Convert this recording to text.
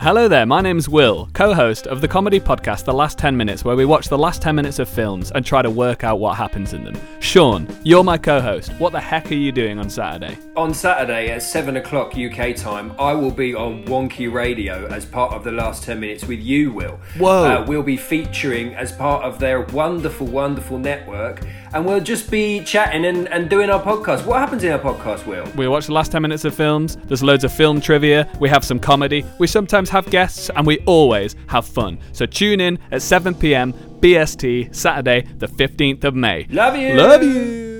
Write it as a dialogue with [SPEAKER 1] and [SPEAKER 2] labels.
[SPEAKER 1] Hello there, my name's Will, co host of the comedy podcast The Last 10 Minutes, where we watch the last 10 minutes of films and try to work out what happens in them. Sean, you're my co host. What the heck are you doing on Saturday?
[SPEAKER 2] On Saturday at 7 o'clock UK time, I will be on Wonky Radio as part of the last 10 minutes with you, Will.
[SPEAKER 1] Whoa.
[SPEAKER 2] Uh, we'll be featuring as part of their wonderful, wonderful network, and we'll just be chatting and, and doing our podcast. What happens in our podcast, Will?
[SPEAKER 1] We watch the last 10 minutes of films, there's loads of film trivia, we have some comedy, we sometimes have guests, and we always have fun. So tune in at 7 pm BST, Saturday, the 15th of May.
[SPEAKER 2] Love you.
[SPEAKER 1] Love you!